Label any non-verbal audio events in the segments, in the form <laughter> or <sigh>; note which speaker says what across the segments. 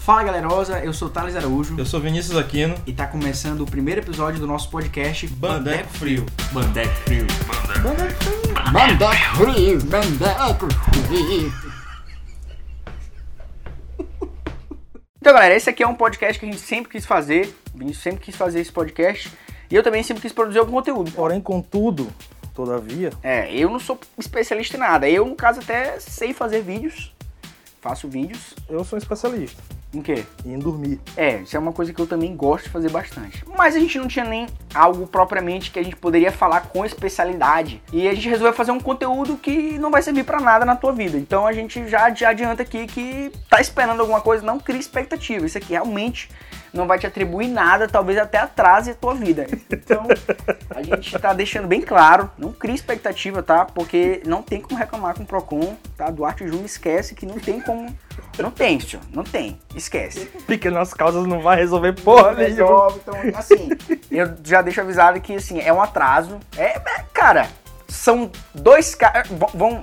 Speaker 1: Fala galerosa, eu sou o Thales Araújo
Speaker 2: Eu sou Vinícius Aquino.
Speaker 1: e tá começando o primeiro episódio do nosso podcast
Speaker 2: Bandeco Frio.
Speaker 1: Bandeco Frio.
Speaker 3: Bandeco frio, bandeco frio.
Speaker 1: Então, galera, esse aqui é um podcast que a gente sempre quis fazer. O Vinícius sempre quis fazer esse podcast. E eu também sempre quis produzir algum conteúdo.
Speaker 2: Porém, contudo, todavia,
Speaker 1: É, eu não sou especialista em nada. Eu, no caso, até sei fazer vídeos. Faço vídeos.
Speaker 2: eu sou um especialista
Speaker 1: Em quê?
Speaker 2: em dormir. <laughs>
Speaker 1: É, isso é uma coisa que eu também gosto de fazer bastante. Mas a gente não tinha nem algo propriamente que a gente poderia falar com especialidade. E a gente resolveu fazer um conteúdo que não vai servir pra nada na tua vida. Então a gente já, já adianta aqui que tá esperando alguma coisa, não cria expectativa. Isso aqui realmente não vai te atribuir nada, talvez até atrase a tua vida. Então a gente tá deixando bem claro, não cria expectativa, tá? Porque não tem como reclamar com o Procon, tá? Duarte Júnior esquece que não tem como. Não tem, senhor, não tem. Esquece.
Speaker 2: Pequenas causas não vai resolver porra
Speaker 1: Mas,
Speaker 2: nenhuma.
Speaker 1: ó, então, assim, eu já deixo avisado que, assim, é um atraso. É, é, cara, são dois caras...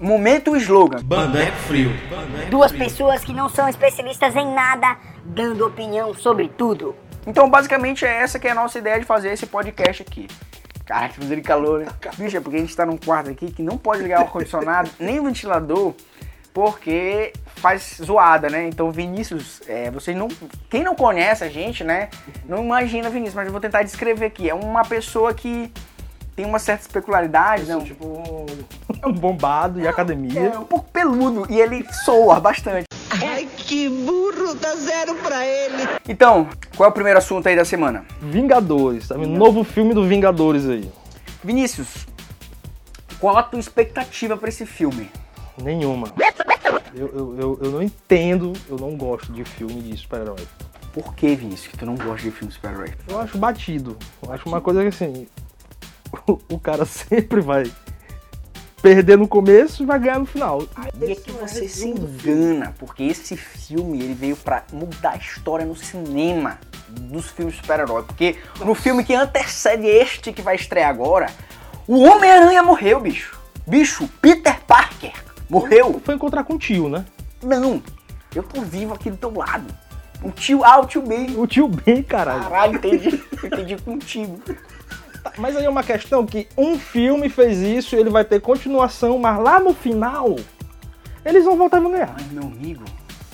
Speaker 1: Momento e slogan.
Speaker 2: Bandeco Frio. Bandeco
Speaker 3: Duas
Speaker 2: Frio.
Speaker 3: pessoas que não são especialistas em nada, dando opinião sobre tudo.
Speaker 1: Então, basicamente, é essa que é a nossa ideia de fazer esse podcast aqui. Caraca, tá fazendo calor, né? Bicho, é porque a gente tá num quarto aqui que não pode ligar o ar-condicionado, nem o ventilador, porque faz zoada, né? Então, Vinícius, é, vocês não... Quem não conhece a gente, né? Não imagina, Vinícius, mas eu vou tentar descrever aqui. É uma pessoa que tem uma certa peculiaridade, não?
Speaker 2: Tipo um- um bombado de academia.
Speaker 1: É um pouco peludo e ele soa bastante.
Speaker 4: Ai, que burro, dá zero pra ele.
Speaker 1: Então, qual é o primeiro assunto aí da semana?
Speaker 2: Vingadores, sabe? Novo filme do Vingadores aí.
Speaker 1: Vinícius, qual a tua expectativa pra esse filme?
Speaker 2: Nenhuma. Eu, eu, eu, eu não entendo, eu não gosto de filme de super-herói.
Speaker 1: Por que, Vinícius, que tu não gosta de filme de super-herói?
Speaker 2: Eu acho batido. Eu acho uma coisa que assim. <laughs> O, o cara sempre vai perder no começo e vai ganhar no final.
Speaker 1: E é que você se engana, porque esse filme ele veio pra mudar a história no cinema dos filmes de super-herói. Porque no filme que antecede este que vai estrear agora, o Homem-Aranha morreu, bicho. Bicho, Peter Parker morreu.
Speaker 2: Foi encontrar com o tio, né?
Speaker 1: Não, eu tô vivo aqui do teu lado. O tio A, o tio B.
Speaker 2: O tio bem, caralho.
Speaker 1: Caralho, entendi. <laughs> entendi contigo.
Speaker 2: Mas aí é uma questão que um filme fez isso, ele vai ter continuação, mas lá no final eles vão voltar a ganhar.
Speaker 1: Mas, meu amigo,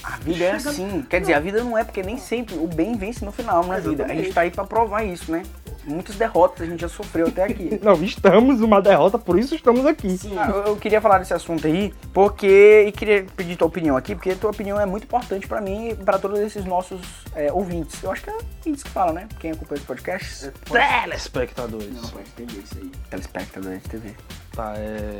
Speaker 1: a vida é assim. Quer dizer, a vida não é, porque nem sempre o bem vence no final na vida. A gente tá aí pra provar isso, né? Muitas derrotas a gente já sofreu até <laughs> aqui.
Speaker 2: Não, estamos numa derrota, por isso estamos aqui.
Speaker 1: Ah, eu- Eu queria falar desse assunto aí, porque. E queria pedir tua opinião aqui, porque tua opinião é muito importante pra mim e pra todos esses nossos é, ouvintes. Eu acho que é ouvintes que fala, né? Quem acompanha esse podcast.
Speaker 2: Telespectadores.
Speaker 1: pode ter isso aí. Telespectador de TV.
Speaker 2: Tá, é.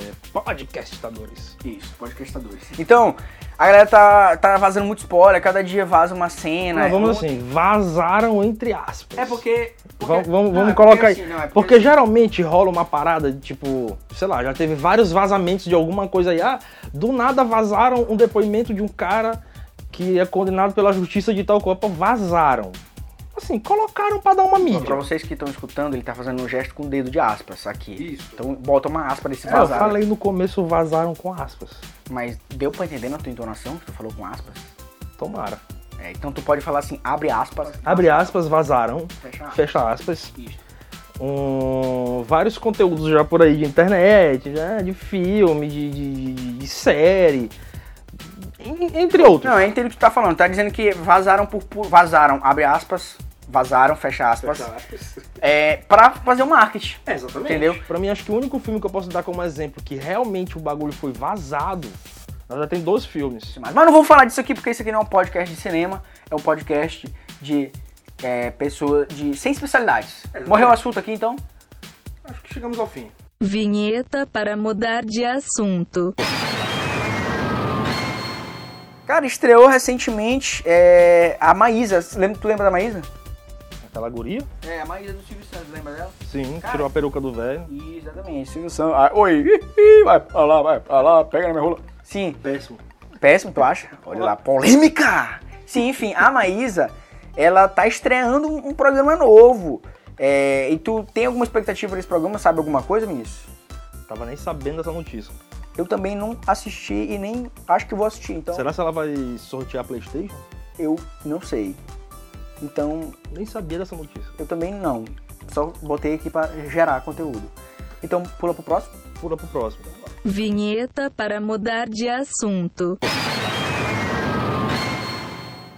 Speaker 2: Podcastadores.
Speaker 1: Isso, podcastadores. Então, a galera tá, tá vazando muito spoiler, cada dia vaza uma
Speaker 2: Não,
Speaker 1: cena.
Speaker 2: vamos
Speaker 1: É,
Speaker 2: assim, vazaram entre aspas.
Speaker 1: É porque. porque-
Speaker 2: Vamos, vamos,
Speaker 1: Não,
Speaker 2: vamos
Speaker 1: é
Speaker 2: colocar
Speaker 1: assim,
Speaker 2: aí.
Speaker 1: não, é
Speaker 2: Porque geralmente rola uma parada de tipo, sei lá, já teve vários vazamentos de alguma coisa aí. Ah, do nada vazaram um depoimento de um cara que é condenado pela justiça de tal corpo. Vazaram. Assim, colocaram pra dar uma
Speaker 1: Pra
Speaker 2: mídia.
Speaker 1: vocês que estão escutando, ele tá fazendo um gesto com o dedo de aspas aqui.
Speaker 2: Isso.
Speaker 1: Então bota uma aspa nesse
Speaker 2: É, eu
Speaker 1: vazar. né?
Speaker 2: falei no começo, vazaram com aspas.
Speaker 1: Mas deu pra entender na tua entonação que tu falou com aspas?
Speaker 2: Tomara.
Speaker 1: É, então tu pode falar assim, abre aspas.
Speaker 2: Abre aspas, vazaram.
Speaker 1: Fecha aspas.
Speaker 2: Fecha aspas.
Speaker 1: Isso.
Speaker 2: um, vários conteúdos já por aí de internet, né, de filme, de, de- de- de série, en- entre outros.
Speaker 1: Não, eu entendo o que tu tá falando. Tá dizendo que vazaram por. pu- Vazaram, abre aspas. Vazaram, fecha aspas. É, pra fazer um marketing.
Speaker 2: É,
Speaker 1: exatamente. Entendeu?
Speaker 2: Pra mim, acho que o único filme que eu posso dar como exemplo que realmente o bagulho foi vazado, nós já tem dois filmes.
Speaker 1: Mas mas não vou falar disso aqui porque isso aqui não é um podcast de cinema, é um podcast de é, pessoa de sem especialidades. Morreu o assunto aqui então?
Speaker 2: Acho que chegamos ao fim.
Speaker 5: Vinheta para mudar de assunto.
Speaker 1: Cara, estreou recentemente é, a Maísa. Lembra, tu lembra da Maísa?
Speaker 2: Aquela guria?
Speaker 1: É, a Maísa do Silvio Santos, lembra dela?
Speaker 2: Sim,
Speaker 1: Cara.
Speaker 2: tirou a peruca do velho.
Speaker 1: Exatamente, Silvio Santos. Ah, oi, ih, ih, vai pra lá, vai pra lá, pega na minha rola. Sim,
Speaker 2: Péssimo.
Speaker 1: péssimo, tu acha? Olha lá, polêmica! Sim, enfim, a Maísa, ela tá estreando um, um programa novo. É, e tu tem alguma expectativa desse programa? Sabe alguma coisa, Vinícius?
Speaker 2: Tava nem sabendo dessa notícia.
Speaker 1: Eu também não assisti e nem acho que vou assistir, então.
Speaker 2: Será se ela vai sortear a Playstation?
Speaker 1: eu não sei. Então,
Speaker 2: Nem sabia dessa notícia.
Speaker 1: eu também não. Só botei aqui pra gerar conteúdo. Então, pula pro próximo.
Speaker 2: Pula pro próximo.
Speaker 5: Vinheta para mudar de assunto.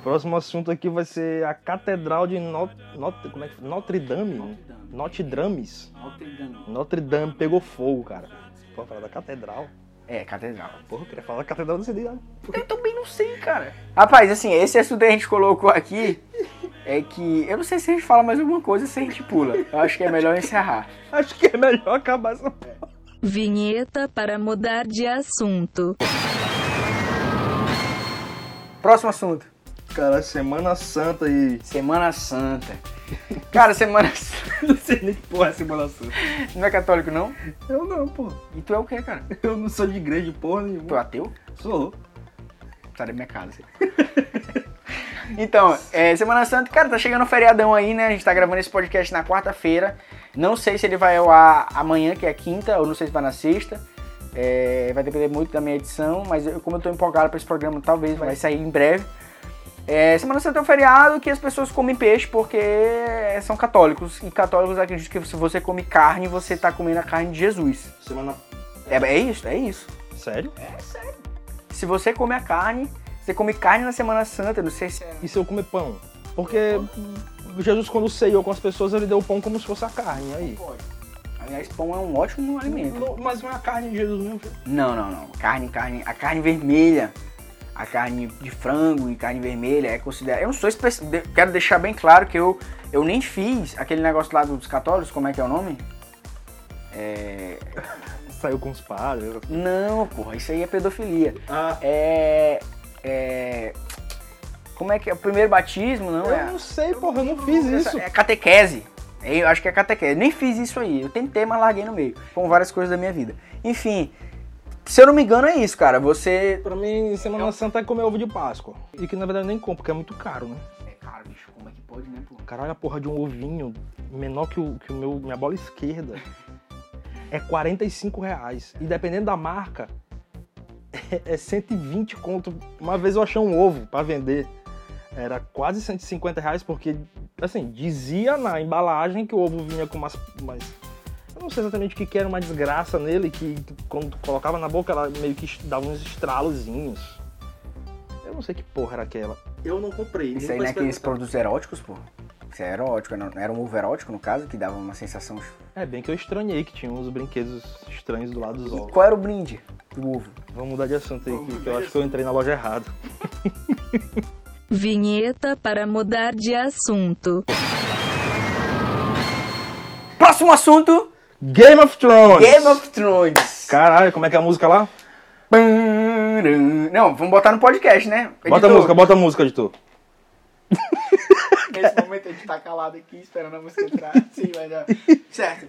Speaker 2: Próximo assunto aqui vai ser a Catedral de Not, Not- como é que- Notre Dame. Notre Dames. Notre Dame pegou fogo, cara. Pô, falar da catedral.
Speaker 1: É, catedral.
Speaker 2: Porra, eu queria falar da catedral, né? não sei nem.
Speaker 1: Eu também não sei, cara. Rapaz, assim, esse assunto que a gente colocou aqui <laughs> é que. Eu não sei se a gente fala mais alguma coisa se a gente pula. Eu acho que é melhor encerrar.
Speaker 2: Acho que é melhor acabar essa
Speaker 5: Vinheta para mudar de assunto.
Speaker 1: Próximo assunto.
Speaker 2: Cara, Semana Santa e.
Speaker 1: Semana Santa. Cara, Semana Santa.
Speaker 2: <laughs> não sei nem que porra é Semana Santa.
Speaker 1: Não é católico, não?
Speaker 2: Eu não, pô.
Speaker 1: E tu é o quê, cara?
Speaker 2: Eu não sou de igreja de porra
Speaker 1: Tu é
Speaker 2: nenhuma.
Speaker 1: ateu?
Speaker 2: Sou.
Speaker 1: Sai da Tá minha casa. assim. <laughs> Então, é, Semana Santa, cara, tá chegando o feriadão aí, né? A gente tá gravando esse podcast na quarta-feira. Não sei se ele vai ao ar amanhã, que é quinta, ou não sei se vai na sexta. É, vai depender muito da minha edição, mas eu- como eu tô empolgado pra esse programa, talvez vai sair em breve. É, Semana Santa é um feriado que as pessoas comem peixe porque são católicos. E católicos acreditam que se você come carne, você tá comendo a carne de Jesus.
Speaker 2: Semana.
Speaker 1: É, é isso, é isso.
Speaker 2: Sério?
Speaker 1: Se você come a carne, você come carne na Semana Santa, não sei se é
Speaker 2: E se eu comer pão? Porque Jesus, quando ceiou com as pessoas, ele deu o pão como se fosse a carne. Aí.
Speaker 1: Aliás, pão é um ótimo alimento.
Speaker 2: Não, Mas não é a carne de Jesus mesmo.
Speaker 1: Não, não, não. Carne, carne, a carne vermelha, a carne de frango e carne vermelha é considerada. Eu não sou especi... de- quero deixar bem claro que eu eu nem fiz aquele negócio lá dos católicos, como é que é o nome?
Speaker 2: Saiu com os padres.
Speaker 1: Não, porra, isso aí é pedofilia.
Speaker 2: Ah,
Speaker 1: É é Como é que é o primeiro batismo, não
Speaker 2: eu
Speaker 1: é?
Speaker 2: não sei, porra, eu não fiz isso.
Speaker 1: É catequese. Eu acho que é catequese. Nem fiz isso aí. Eu tentei, mas larguei no meio. Com várias coisas da minha vida. Enfim, se eu não me engano, é isso, cara. Você.
Speaker 2: Pra mim, Semana Santa é comer ovo de Páscoa. E que na verdade eu nem compro, porque é muito caro, né?
Speaker 1: É caro, bicho. Como é que pode, né, pô?
Speaker 2: Caralho, a porra de um ovinho menor que o, que o meu, minha bola esquerda <laughs> é 45 reais. E dependendo da marca, é, é 120 conto. Uma vez eu achei um ovo pra vender. Era quase 150 reais, porque, assim, dizia na embalagem que o ovo vinha com umas. umas eu não sei exatamente o que, que era uma desgraça nele, que tu- quando tu colocava na boca ela meio que dava uns estralozinhos. Eu não sei que porra era aquela. Eu não comprei.
Speaker 1: Isso aí não é aqueles produtos eróticos, pô. Isso é erótico. Era era um ovo erótico, no caso, que dava uma sensação.
Speaker 2: É, bem que eu estranhei que tinha uns brinquedos estranhos do lado dos
Speaker 1: E
Speaker 2: ovos.
Speaker 1: qual era o brinde do ovo?
Speaker 2: Vamos mudar de assunto aí, que, que eu acho que eu entrei na loja errada.
Speaker 5: Vinheta para mudar de assunto.
Speaker 1: Próximo assunto:
Speaker 2: Game of Thrones!
Speaker 1: Game of Thrones.
Speaker 2: Caralho, como é que é a música lá?
Speaker 1: Param. Não, vamos botar no podcast, né?
Speaker 2: Bota a música, bota a música, editor.
Speaker 1: Nesse momento a gente tá calado aqui, esperando a música <laughs> entrar. Sim, vai dar. Certo.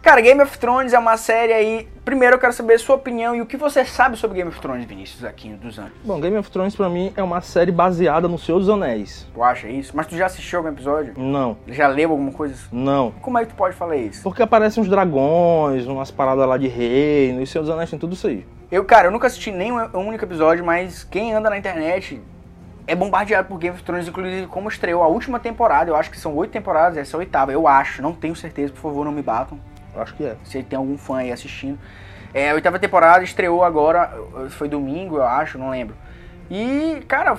Speaker 1: Cara, Game of Thrones é uma série aí. Primeiro eu quero saber a sua opinião e o que você sabe sobre Game of Thrones, Vinícius, aqui dos anos.
Speaker 2: Bom, Game of Thrones pra mim é uma série baseada no Senhor dos Anéis.
Speaker 1: Tu acha isso? Mas tu já assistiu algum episódio?
Speaker 2: Não,
Speaker 1: Já leu alguma coisa?
Speaker 2: não.
Speaker 1: Como é que tu pode falar isso?
Speaker 2: Porque aparecem uns dragões, umas paradas lá de reino, e o Senhor dos Anéis tem tudo isso aí.
Speaker 1: Eu, cara, eu nunca assisti nenhum um único episódio, mas quem anda na internet é bombardeado por Game of Thrones, inclusive como estreou a última temporada. Eu acho que são oito temporadas, essa é a oitava, eu acho. Não tenho certeza, por favor, não me batam.
Speaker 2: Eu acho que é.
Speaker 1: se tem algum fã aí assistindo. É, a oitava temporada estreou agora, foi domingo, eu acho, não lembro. E, cara,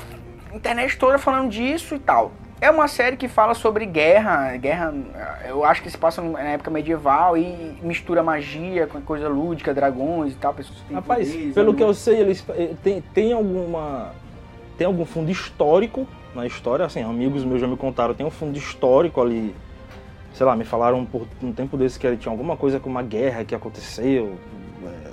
Speaker 1: a internet toda falando disso e tal. É uma série que fala sobre guerra, guerra, eu acho que se passa na época medieval e mistura magia com coisa lúdica, dragões e tal, pessoas que têm
Speaker 2: Rapaz,
Speaker 1: poderes,
Speaker 2: pelo
Speaker 1: né?
Speaker 2: que eu sei, eles eh, tem, tem alguma tem algum fundo histórico na história, assim, amigos meus já me contaram, tem um fundo histórico ali. Sei lá, me falaram por um tempo desse que tinha alguma coisa com uma guerra que aconteceu eh,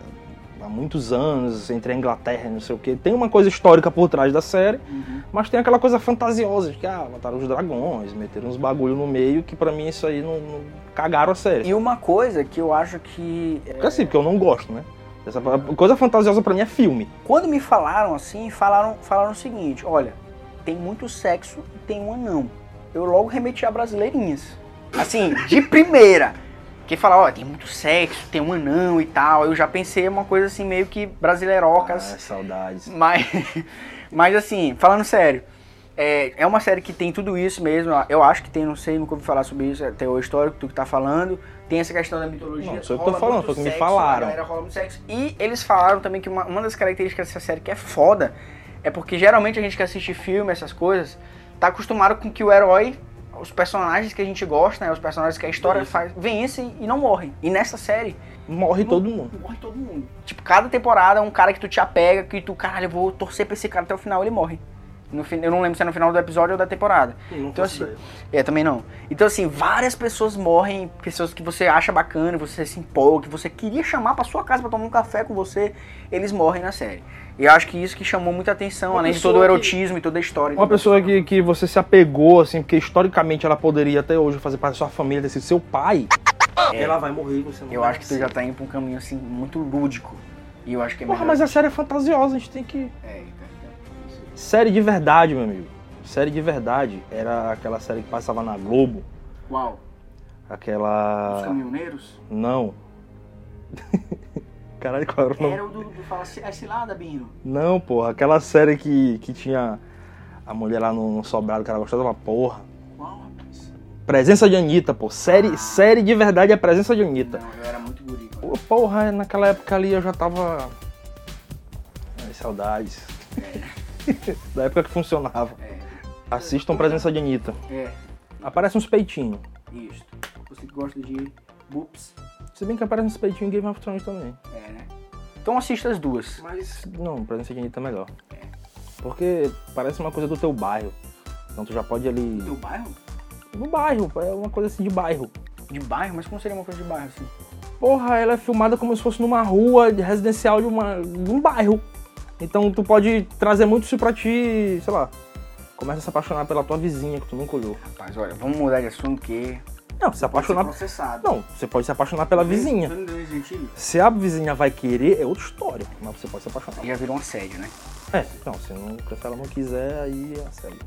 Speaker 2: há muitos anos entre a Inglaterra e não sei o quê. Tem uma coisa histórica por trás da série,
Speaker 1: Uhum.
Speaker 2: mas tem aquela coisa fantasiosa de que ah, mataram os dragões, meteram uns bagulho no meio, que pra mim isso aí não, não- cagaram a série.
Speaker 1: E uma coisa que eu acho que é,
Speaker 2: Porque assim, porque eu não gosto, né? Essa pa- coisa fantasiosa pra mim é filme.
Speaker 1: quando me falaram assim, falaram, falaram o seguinte, olha, tem muito sexo e tem um anão. Eu logo remeti a brasileirinhas. Assim, de primeira. Que fala, ó, tem muito sexo, tem um anão e tal. Eu já pensei uma coisa assim, meio que brasileirocas.
Speaker 2: É,
Speaker 1: <laughs>
Speaker 2: saudades.
Speaker 1: Mas, mas assim, falando sério. É, é uma série que tem tudo isso mesmo. Eu acho que tem, não sei, nunca ouvi falar sobre isso, até o histórico, tu que tá falando. Tem essa questão da mitologia.
Speaker 2: Não, isso eu tô
Speaker 1: rola
Speaker 2: falando,
Speaker 1: muito
Speaker 2: foi o que me
Speaker 1: sexo,
Speaker 2: falaram.
Speaker 1: a galera rola muito sexo. E eles falaram também que uma, uma das características dessa série que é foda é porque geralmente a gente que assiste filme, essas coisas, tá acostumado com que o herói, os personagens que a gente gosta, né, os personagens que a história faz, vencem e não morrem. E nessa série,
Speaker 2: Morre todo mundo.
Speaker 1: morre todo mundo. Tipo, cada temporada é um cara que tu te apega, que tu, caralho, eu vou torcer pra esse cara até o final, ele morre. No, fin- eu não lembro se é no final do episódio ou da temporada.
Speaker 2: Não
Speaker 1: Então,
Speaker 2: faço
Speaker 1: assim,
Speaker 2: ideia.
Speaker 1: é, também não. Então, assim, várias pessoas morrem, pessoas que você acha bacana, você se empolga, que você queria chamar pra sua casa pra tomar um café com você, eles morrem na série. E eu acho que isso que chamou muita atenção,
Speaker 2: Uma
Speaker 1: além de
Speaker 2: pessoa
Speaker 1: todo o
Speaker 2: que-
Speaker 1: erotismo e toda a história. e
Speaker 2: Uma
Speaker 1: tudo.
Speaker 2: pessoa que, que você se apegou, assim, porque historicamente ela poderia até hoje fazer parte da sua família, ter sido seu pai, É. ela vai morrer e você não
Speaker 1: Eu
Speaker 2: vai
Speaker 1: acho que tu já tá indo pra um caminho, assim, muito lúdico. E eu acho que é melhor.
Speaker 2: Porra, mas a série é fantasiosa, a gente tem que.
Speaker 1: É, então, isso.
Speaker 2: Série de verdade, meu amigo. Série de verdade. Era aquela série que passava na Globo.
Speaker 1: Uau, os
Speaker 2: Aquela.
Speaker 1: caminhoneiros?
Speaker 2: Não. <laughs> Caralho, qual era o nome?
Speaker 1: Era o do, do Fala é Cilada, Bino.
Speaker 2: Não, porra. Aquela série que, que tinha a mulher lá no, no sobrado, que ela gostava pra porra.
Speaker 1: Uau, rapaz.
Speaker 2: Presença de Anitta, pô. Série, série de verdade é a presença de Anitta.
Speaker 1: Não, eu era muito guri.
Speaker 2: Pô, Porra, naquela época ali eu já tava.
Speaker 1: <laughs>
Speaker 2: Ai, saudades. da época que funcionava. Assistam Presença de Anitta.
Speaker 1: É,
Speaker 2: Aparece uns peitinhos.
Speaker 1: isso. Você que gosta de boops,
Speaker 2: Se bem que aparece uns peitinhos em Game of Thrones também.
Speaker 1: é, né? Então assista as duas.
Speaker 2: Mas. Não, Presença de Anitta é melhor. Porque parece uma coisa do teu bairro. Então tu já pode ali.
Speaker 1: Do bairro?
Speaker 2: No bairro, é uma coisa assim de bairro.
Speaker 1: De bairro? Mas como seria uma coisa de bairro assim?
Speaker 2: Porra, ela é filmada como se fosse numa rua de residencial de, uma, de um bairro. Então tu pode trazer muito isso pra ti, sei lá. Começa a se apaixonar pela tua vizinha que tu nunca olhou.
Speaker 1: Rapaz, olha, vamos mudar de assunto que.
Speaker 2: Não, se apaixonar.
Speaker 1: processado.
Speaker 2: Não, você pode se apaixonar pela vizinha. Se a vizinha vai querer, é outra história. Mas você pode se apaixonar.
Speaker 1: Já virou um assédio, né?
Speaker 2: É, não, se, não, se ela não quiser, aí é a série.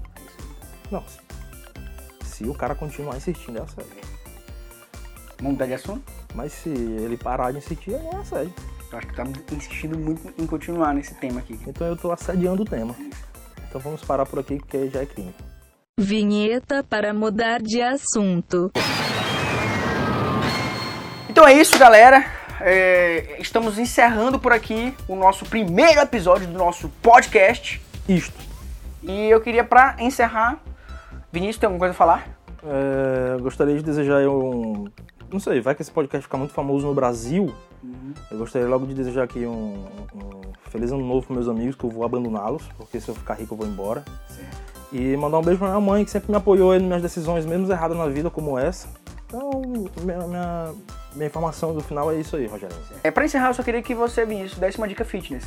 Speaker 2: Não, se, se o cara continuar insistindo, é a série.
Speaker 1: Vamos mudar de assunto?
Speaker 2: Mas se ele parar de insistir, não é a série.
Speaker 1: Eu acho que tá insistindo muito em continuar nesse tema aqui.
Speaker 2: Então eu tô assediando o tema. Então vamos parar por aqui, porque já é crime.
Speaker 5: Vinheta para mudar de assunto.
Speaker 1: Então é isso, galera. É, estamos encerrando por aqui o nosso primeiro episódio do nosso podcast.
Speaker 2: Isto.
Speaker 1: E eu queria, pra encerrar, Vinícius, tem alguma coisa a falar?
Speaker 2: É, eu gostaria de desejar um. Não sei, vai que esse podcast fica muito famoso no Brasil. Eu gostaria logo de desejar aqui um, um feliz ano novo para meus amigos, que eu vou abandoná-los, porque se eu ficar rico eu vou embora. E mandar um beijo pra minha mãe, que sempre me apoiou aí nas minhas decisões, mesmo erradas na vida, como essa. Então, minha, minha, minha informação do final é isso aí, Rogério.
Speaker 1: É, pra encerrar, eu só queria que você, Vinícius, desse uma dica fitness.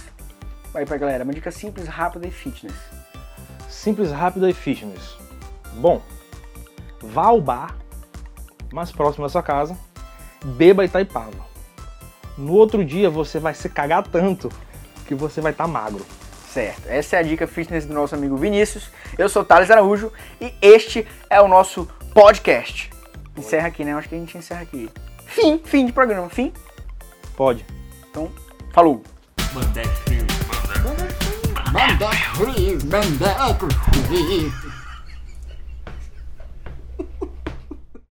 Speaker 1: Vai pra galera, uma dica simples, rápida e fitness.
Speaker 2: Simples, rápido e fitness. Bom, vá ao bar mais próximo da sua casa, beba Itaipava. No outro dia você vai se cagar tanto que você vai estar magro.
Speaker 1: Certo, essa é a dica fitness do nosso amigo Vinícius. Eu sou o Thales Araújo e este é o nosso podcast. Encerra aqui, né? Eu Acho que a gente encerra aqui. Fim, fim de programa, fim.
Speaker 2: Pode.
Speaker 1: Então, falou!
Speaker 6: Bandex Free, Bandex Free, Bandex Free.